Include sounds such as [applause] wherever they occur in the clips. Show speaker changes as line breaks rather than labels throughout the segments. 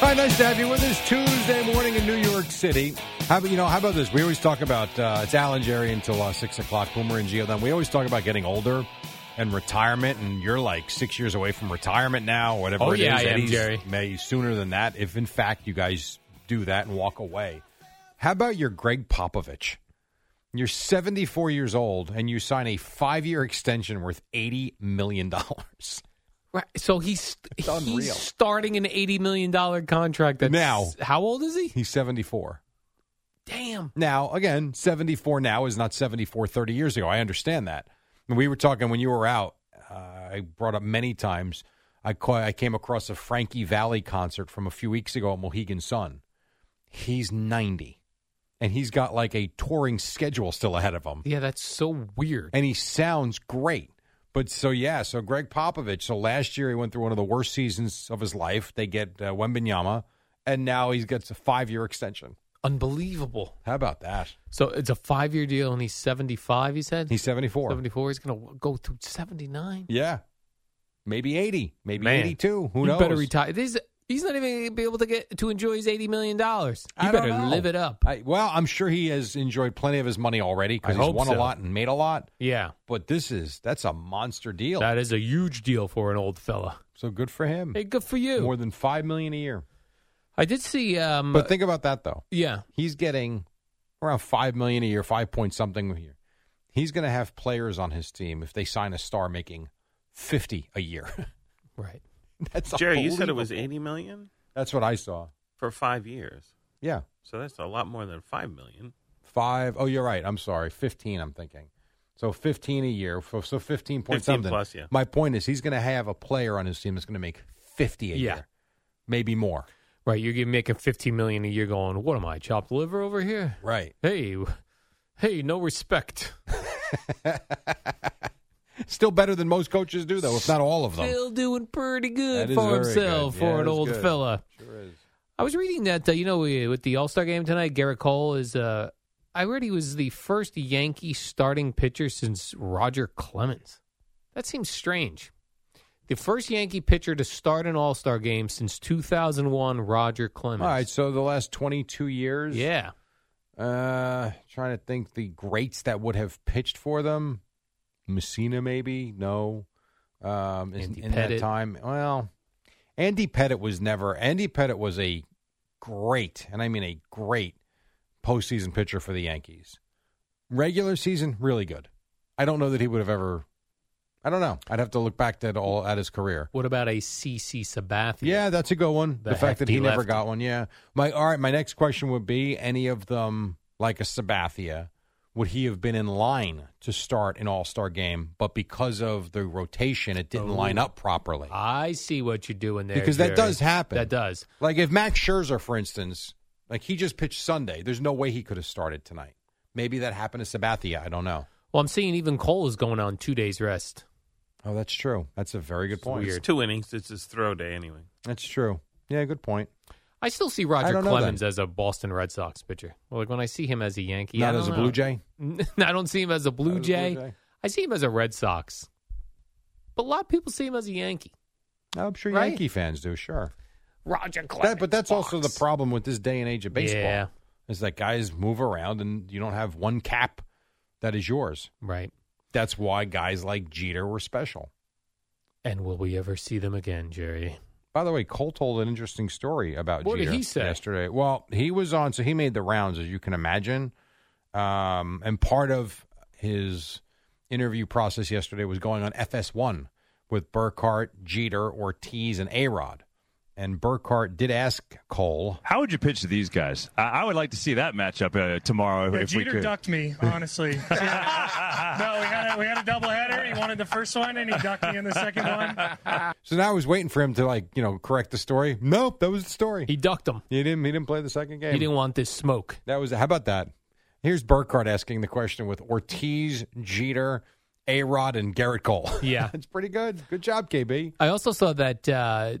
All right, nice to have you with us Tuesday morning in New York City. How about you know? How about this? We always talk about uh, it's Alan Jerry until uh, six o'clock. Boomer and Geo. Then we always talk about getting older and retirement. And you're like six years away from retirement now, whatever.
Oh,
it
yeah,
is.
I am,
Eddie's
Jerry.
May sooner than that, if in fact you guys do that and walk away. How about your Greg Popovich? You're 74 years old and you sign a five year extension worth 80 million dollars. [laughs]
Right. So he's he's
unreal.
starting an eighty million dollar contract. That's,
Now.
how old is he?
He's 74.
Damn.
Now, again, 74 now is not 74 30 years ago. I understand that. And we were talking when you were out, uh, I brought up many times, I, ca- I came across a Frankie Valley concert from a few weeks ago at Mohegan Sun. He's 90, and he's got like a touring schedule still ahead of him.
Yeah, that's so weird.
And he sounds great. But so, yeah, so Greg Popovich. So last year he went through one of the worst seasons of his life. They get uh, Wembenyama, and now he gets a five year extension.
Unbelievable.
How about that?
So it's a five year deal, and he's seventy five. You said
He's 74.
seventy four. He's gonna go through seventy nine.
Yeah. Maybe 80, maybe
Man.
82. Who
you
knows?
Better retire. This he's not even gonna be able to get to enjoy his eighty million dollars. You
I don't
better
know.
live it up.
I, well, I'm sure he has enjoyed plenty of his money already
I
because he's
hope
won a
so.
lot and made a lot.
yeah,
But this is that's a monster deal.
that is a huge deal for an old fella.
so good for him.
Hey, good for you.
Hmm. More than five million a year.
I did see. Um,
But think about that though.
yeah,
He's getting around five million a year, five point something a year. He's going to have players on his team if they sign a star making fifty a year. [laughs]
right.
that's
Jerry, you said it
unbelievable.
was eighty million
That's what I saw.
for five years.
Yeah,
So that's a lot more than five million.
five. Oh, you're right. I'm sorry. Fifteen. I'm thinking. So fifteen a year. f- So fifteen point
15
something.
plus, yeah.
My point is, he's going to have a player on his team that's going to make fifty a
Yeah.
year, maybe more.
Right, you're getting- making fifteen million a year. Going, what am I chopped liver over here?
Right.
Hey, w- hey, no respect.
Still better than most coaches do, though, if not all of them.
Still doing pretty
That
good
is
for
very good.
himself
Yeah,
for an
that's
old
good.
fella.
Sure is.
I was reading that uh, you know we- with the All Star game tonight, Garrett Cole is. Uh, I read he was the first Yankee starting pitcher since Roger Clemens. That seems strange. The first Yankee pitcher to start an All Star game since 2001, Roger
All
Clemens.
right. So the last twenty-two years.
yeah,
Uh, trying to think the greats that would have pitched for them. Messina, maybe no. Um, in,
Andy
in that
Pettit.
time, well, Andy Pettit was never. Andy Pettit was a great, and I mean a great postseason pitcher for the Yankees. Regular season, really good. I don't know that he would have ever. I don't know. I'd have to look back at all at his career.
what about a CC Sabathia?
Yeah, that's a good one. The,
The
fact that he
hefty
never
lefty.
got one. Yeah. My all right. My next question would be: Any of them, like a Sabathia, would he have been in line to start an All Star game? But because of the rotation, it didn't line up properly.
I see what you're doing there
Because that
Jerry.
does happen.
That does.
Like if Max Scherzer, for instance, like he just pitched Sunday, there's no way he could have started tonight. Maybe that happened to Sabathia. I don't know.
Well, I'm seeing even Cole is going on two days rest.
Oh, that's true. That's a very good
It's
point.
weird.
It's two innings. It's his throw day anyway.
That's true. Yeah, good point.
I still see Roger
don't know
Clemens
then.
as a Boston Red Sox pitcher. Well, like when I see him as a Yankee, I
Not
don't
as a
know.
Blue Jay.
[laughs] I don't see him as a Blue,
Not as a Blue
Jay.
Jay.
I see him as a Red Sox. But a lot of people see him as a Yankee.
I'm sure
Right?
Yankee fans do. Sure.
Roger Clemens.
That, but that's also the
Fox.
problem with this day and age of baseball.
Yeah.
Is that guys move around and you don't have one cap that is yours.
Right.
That's why guys like Jeter were special.
And will we ever see them again, Jerry?
By the way, Cole told an interesting story about
What did
Jeter
he say?
yesterday. Well, he was on, so he made the rounds, as you can imagine. Um, and part of his interview process yesterday was going on FS1 with Burkhart, Jeter, Ortiz, and A Rod. And Burkhart did ask Cole,
How would you pitch to these guys? I, I would like to see that matchup uh, tomorrow if,
Yeah,
if we
Jeter
could.
ducked me,
[laughs]
honestly. no, we had a, we had a doubleheader. He wanted the first one, and he ducked me in the second one.
so now I was waiting for him to, like, you know, correct the story. Nope, that was the story.
He ducked them.
He didn't. He didn't play the second game.
He didn't want this smoke.
That was how about that? Here's Burkhardt asking the question with Ortiz, Jeter, A Rod, and Garrett Cole. [laughs]
Yeah.
it's pretty good. Good job, KB.
I also saw that uh,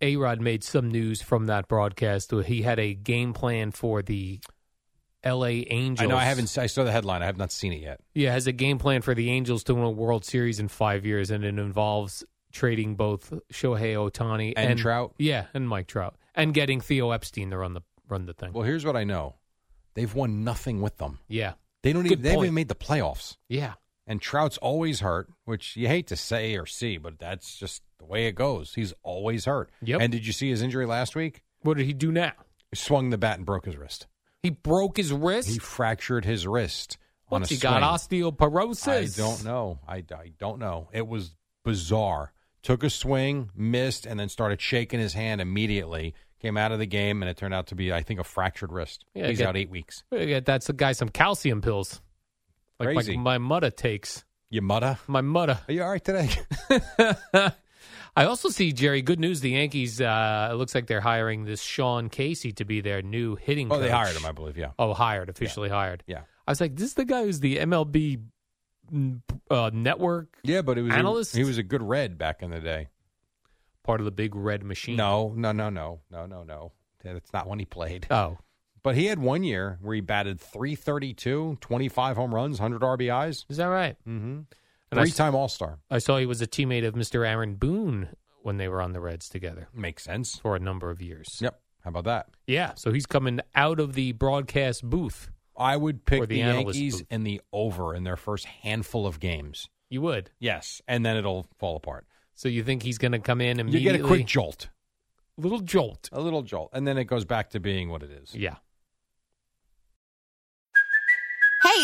A Rod made some news from that broadcast. Where he had a game plan for the L.A. Angels.
I know I haven't. se- I saw the headline. I have not seen it yet.
Yeah, has a game plan for the Angels to win a World Series in five years, and it involves trading both Shohei Otani
And Trout?
Yeah, and Mike Trout, and getting Theo Epstein to run the run the thing.
Well, here's what I know: they've won nothing with them.
yeah,
They don't
Good
even. They haven't
point.
even made the playoffs.
yeah.
And Trout's always hurt, which you hate to say or see, but that's just the way it goes. He's always hurt.
Yep.
And did you see his injury last week?
What did he do now?
He swung the bat and broke his wrist.
He broke his wrist.
He fractured his wrist on a
Whoops, he got
swing.
osteoporosis.
I don't know. I, I don't know. It was bizarre. Took a swing, missed, and then started shaking his hand immediately. Came out of the game, and it turned out to be, I think, a fractured wrist.
Yeah,
He's
get-
out eight weeks.
Yeah, that's the guy. Some calcium pills, like
Crazy.
my, my mutta takes.
you mutter?
My mutta.
Are you all right today?
[laughs] I also see Jerry. Good news: the Yankees. Uh, it looks like they're hiring this Sean Casey to be their new hitting.
oh, they
coach.
hired him, I believe. Yeah.
Oh, hired, officially hired.
Yeah.
I was like, this is the guy who's the MLB mm, uh, network,
Yeah, but it was
Analyst?
He, was a good red back in the day.
part of the big red machine.
No, no, no, no, no, no, no. That's not when he played.
Oh,
But he had one year where he batted 332, 25 home runs, 100 RBIs.
is that right?
Mm-hmm.
And I
Three
s-
time All Star.
I saw he was a teammate of Mr. Aaron Boone when they were on the Reds together
Makes sense.
for a number of years.
Yep. How about that?
Yeah. So he's coming out of the broadcast booth.
I would pick
Or
the,
the analyst
Yankees
booth.
in the over in their first handful of games.
You would.
Yes, and then it'll fall apart.
So you think he's going to come in
You
immediately?
get a quick jolt,
little jolt.
a little jolt, and then it goes back to being what it is.
Yeah.
Hey,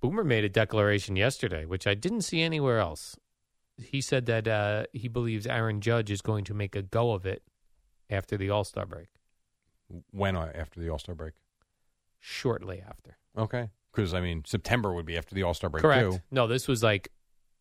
Boomer made a declaration yesterday, which I didn't see anywhere else. He said that uh, he believes Aaron Judge is going to make a go of it after the All Star break,
When uh, after the All Star break?
shortly after.
Okay, because I mean September would be after the All Star break
Correct.
too.
No, this was like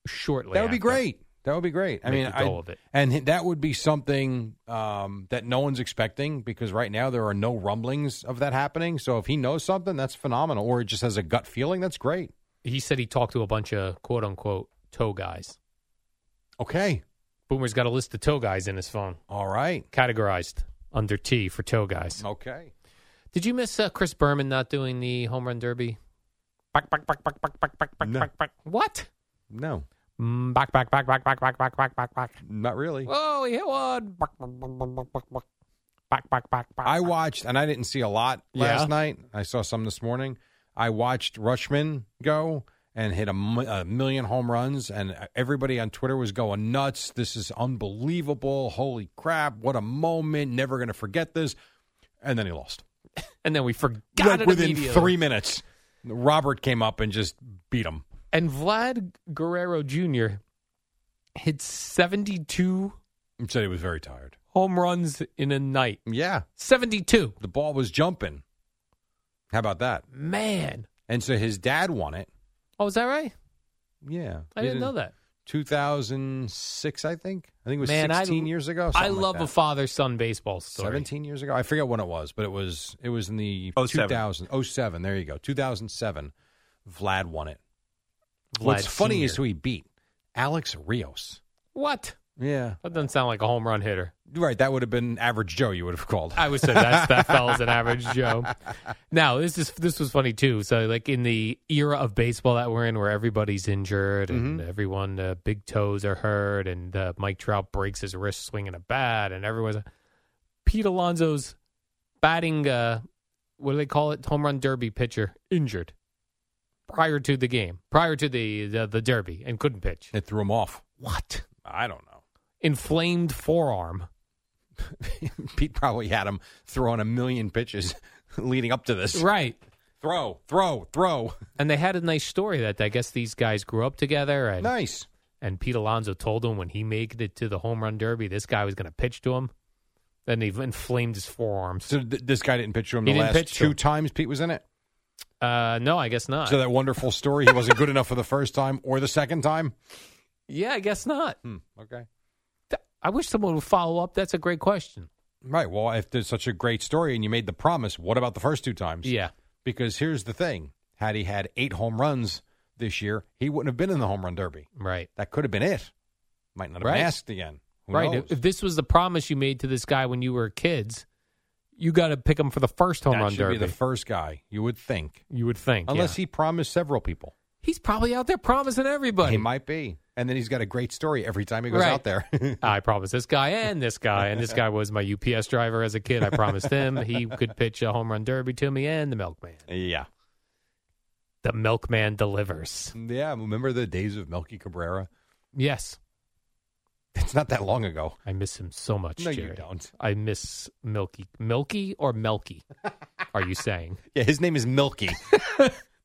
shortly.
That would be
after.
great. That would be great. I
Make
mean,
a
I-
go of it.
and hi- that would be something um, that no one's expecting because right now there are no rumblings of that happening. So if he knows something, that's phenomenal. Or just has a gut feeling, that's great.
He said he talked to a bunch of quote unquote toe guys.
Okay,
Boomer's got a list of toe guys in his phone,
all right,
categorized under T for toe guys.
okay.
Did you miss uh, Chris Berman not doing the home run derby? Back, back, back, back, back, back, back, back,
No.
back, back. What?
No,
Mm, back, back, back, back, back, back, back, back, back, back.
not really.
Oh, he hit one. Back, back, back, back, back, back. Back, back, back, back.
I watched, and I didn't see a lot last
Yeah.
night. I saw some this morning. I watched Rushman go and hit a, mi- a million home runs, and everybody on Twitter was going nuts. This is unbelievable. Holy crap. What a moment. Never going to forget this. And then he lost.
And then we forgot
Like,
it
within
immediately.
three minutes, Robert came up and just beat him.
And Vlad Guerrero Jr. hit 72
And said he was very tired.
home runs in a night.
Yeah.
72.
The ball was jumping. How about that?
Man.
And so his dad won it.
Oh, is that right?
Yeah.
I
He
didn't know that.
2006, I think. I think it was
Man, I-
16 years ago.
I
something like
love
that.
a father son baseball story.
17 years ago. I forget when it was, but it was it was in the oh,
07.
2000 07, There you go. 2007. Vlad won it. What's
Vlad
funny
Sr..
is who he beat Alex Rios.
What?
Yeah.
That doesn't sound like a home run hitter.
Right. That would have been average Joe, you would have called.
I would say that's that fella's an average Joe. Now this is this was funny too. So like in the era of baseball that we're in, where everybody's injured and everyone uh, big toes are hurt, and uh, Mike Trout breaks his wrist swinging a bat, and everyone's Pete Alonso's batting. Uh, what do they call it? Home run derby pitcher injured prior to the game, prior to the the, the derby, and couldn't pitch.
It threw him off.
What
I don't know. [laughs]
inflamed forearm?
Pete probably had him throwing a million pitches [laughs] leading up to this.
Right.
Throw, throw, throw.
And they had a nice story that I guess these guys grew up together, and
Nice.
and Pete Alonso told him when he made it to the home run derby, this guy was going to pitch to him. Then he inflamed his forearms.
So th- this guy didn't pitch to him
He
the
didn't
last
pitch to
two
him.
times Pete was in it.
Uh, no, I guess not.
So that wonderful story, he wasn't good enough for the first time or the second time.
yeah, I guess not.
Hmm, okay.
Th- I wish someone would follow up. That's a great question.
Right. Well, if there's such a great story and you made the promise, what about the first two times?
Yeah,
Because here's the thing: had he had eight home runs this year, he wouldn't have been in the home run derby.
right,
That could have been it. Might not have
Right.
been asked again. Who
right.
knows?
If, if this was the promise you made to this guy when you were kids, you got to pick him for the first home
that
run
should
derby.
be the first guy you would think,
you would think,
unless
yeah.
he promised several people.
he's probably out there promising everybody.
he might be, and then he's got a great story every time he goes
Right.
out there.
[laughs]
[laughs]
I promised this guy and this guy, and this guy was my UPS driver as a kid. I promised him he could pitch a home run derby to me and the milkman.
yeah,
The milkman delivers.
yeah. Remember the days of Melky Cabrera?
Yes,
It's not that long ago.
I miss him so much.
No, you
Jerry.
don't.
I miss Milky, Milky
[laughs]
or Melky. Are you saying
Yeah, his name is
[laughs]
Milky.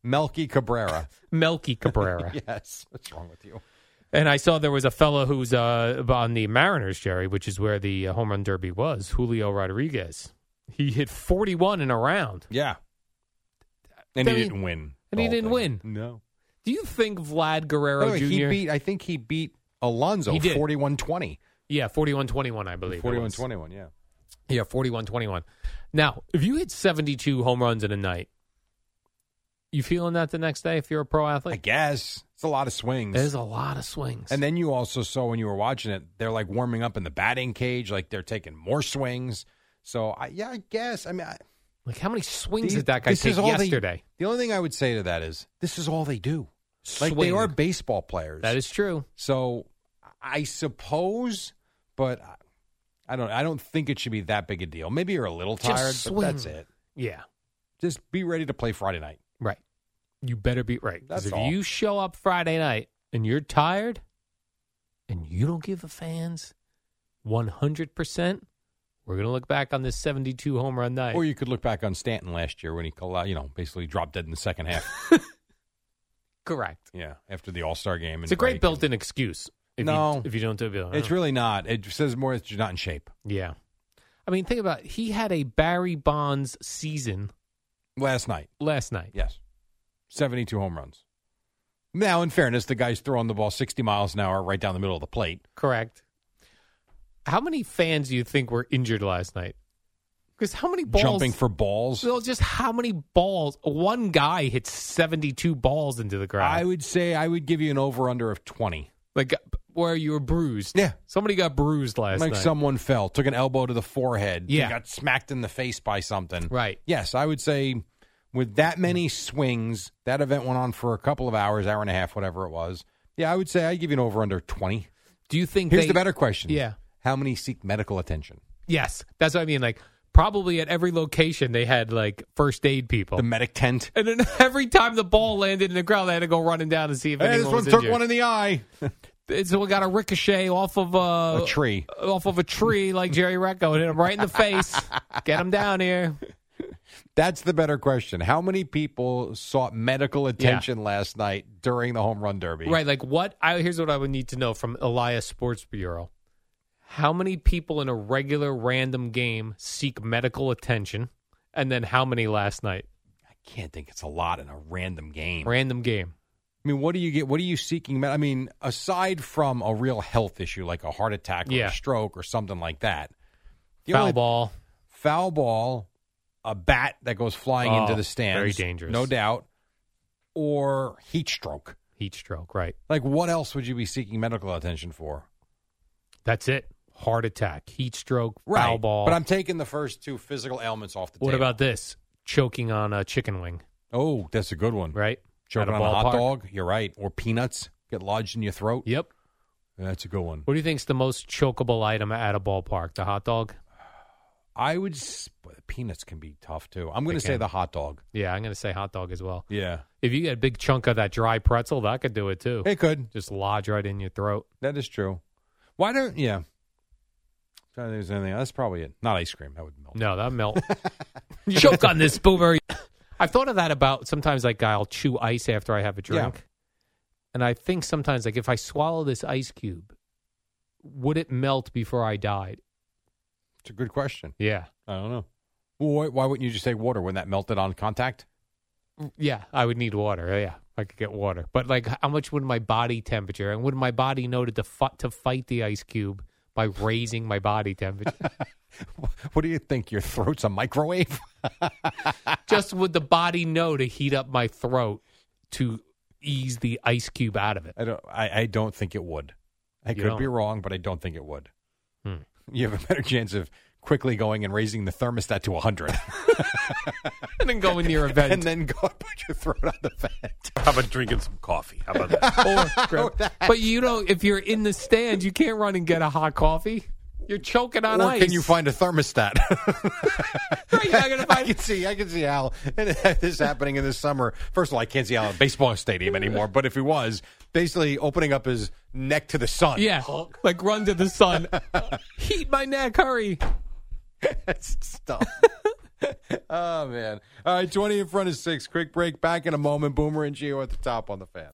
Melky Cabrera. [laughs]
Melky Cabrera?
Yes. What's wrong with you?
And I saw there was a fellow who's uh, on the Mariners, Jerry, which is where the uh, home run derby was. Julio Rodriguez. He hit forty-one in a round.
Yeah. And he
Then he-
didn't win.
and
the
he
whole
didn't
thing.
win.
No.
Do you think
By
Vlad Guerrero
the way,
Jr.
he beat I think he beat Alonzo
He did.
41-20.
yeah, forty-one twenty-one, I believe. it was.
41-21, yeah.
Yeah, 41 21. Now, if you hit 72 home runs in a night, you feeling that the next day if you're a pro
I
athlete?
guess. It's a lot of swings.
There's a lot of swings.
and then you also saw when you were watching it, they're like warming up in the batting cage, like they're taking more swings. So I yeah, I guess. I mean, I,
like, how many swings
these-
did that guy
this
take
is all they-
yesterday?
the only thing I would say to that is this is all they do. Like they
Swing.
are baseball players.
That is true.
So I suppose, but I- I don't. I don't think it should be that big a deal. Maybe you're a little
Just
tired, but that's
swing.
it.
Yeah,
Just be ready to play Friday night.
right. You better be right. 'Cause
That's
if
all.
you show up Friday night and you're tired and you don't give the fans 100%, we're going to look back on this 72 home run night.
Or you could look back on Stanton last year when he, colla- you know, basically dropped dead in the second half.
[laughs] Correct.
yeah, after the All Star game. And
It's a great
break
built in excuse. If
No.
You, if you don't do it. [laughs] "Oh."
and- It's really not. It says more that you're not in shape.
Yeah. I mean, think about it. he had a Barry Bonds season
Last night,
last night.
yes, seventy-two home runs. Now, in fairness, the guy's throwing the ball sixty miles an hour right down the middle of the plate.
Correct. How many fans do you think were injured last night? Because how many balls?
Jumping for balls.
Well, just how many balls? One guy hits 72 balls into the ground.
I would say I would give you an over under of 20.
like, uh, where you were bruised.
Yeah.
Somebody got bruised last
like
night.
someone fell, took an elbow to the forehead,
Yeah.
got smacked in the face by something.
Right.
Yes, I would say with that many swings, that event went on for a couple of hours, hour and a half, whatever it was. Yeah, I would say I'd give you an over under 20.
Do you think
Here's
they-
the better question.
Yeah.
How many seek medical attention?
Yes. That's what I mean. Like, probably at every location they had, like, first aid people.
The medic tent.
and then [laughs] every time the ball landed in the ground, they had to go running down to see if
Hey,
anyone
this
was
one took
injured.
one in the eye.
And so we got a ricochet off of uh, a,
a tree.
off of a tree like Jerry Recco and hit him right in the face. Get him down here.
That's the better question. How many people sought medical attention last night during the home run derby?
Right, like what? I, here's what I would need to know from Elias Sports Bureau: How many people in a regular random game seek medical attention, and then how many last night?
I can't think it's a lot in a random game.
Random game.
I mean, what do you get? What are you seeking? med- I mean, aside from a real health issue like a heart attack or
Yeah.
a stroke or something like that, the
Foul
only-
ball.
foul ball, a bat that goes flying
Oh,
into the stands,
very dangerous.
no doubt, or heat stroke.
Heat stroke, right.
Like, what else would you be seeking medical attention for?
That's it. Heart attack, heat stroke, foul ball.
But I'm taking the first two physical ailments off the
what
table.
about this? Choking on a chicken wing,
Oh, that's a good one.
right?
Choking on
At
a hot
ballpark.
dog. You're right. Or peanuts get lodged in your throat.
Yep.
That's a good one.
What do you think's the most chokeable item at a ballpark? The hot dog?
I would. s- but Peanuts can be tough too. I'm going
They
to say
can.
the hot dog.
Yeah, I'm going to say hot dog as well.
Yeah,
If you get a big chunk of that dry pretzel, that could do it too.
it could.
Just lodge right in your throat.
That is true. Why don't? Yeah. Trying to think of anything. That's probably it. Not ice cream. That would melt.
No, that melt. Choke on this boomer. I've thought of that about sometimes like I'll chew ice after I have a drink. And I think sometimes like if I swallow this ice cube, would it melt before I died?
It's a good question.
Yeah.
I don't know. Why, why wouldn't you just say water when that melted on contact? [laughs]
Mm, Yeah, I would need water. Yeah, I could get water. But like how much would my body temperature and would my body know to defi- to fight the ice cube by raising my body temperature?
What do you think? Your throat's a microwave?
Just would the body know to heat up my throat to ease the ice cube out of it?
I don't. I, I don't think it would. I
You
could
don't?
be wrong, but I don't think it would.
Hmm.
You have a better chance of quickly going and raising the thermostat to
[laughs]
100
And then go in your event.
and then go and put your throat on the vent.
How about drinking some coffee? How about that?
[laughs] But you don't. If you're in the stands, you can't run and get a hot coffee. You're choking on
or
ice.
can you find a thermostat? [laughs]
[laughs] Right, you're not gonna
I
find-
can see. I can see how [laughs] and this is happening in the summer. First of all, I can't see how a baseball stadium anymore. But if he was basically opening up his neck to the sun,
Yeah, like run to the [laughs] sun. Heat my neck. Hurry.
That's stuff. oh man! All right, twenty in front of six. Quick break. Back in a moment. Boomer and Geo at the top on the fan.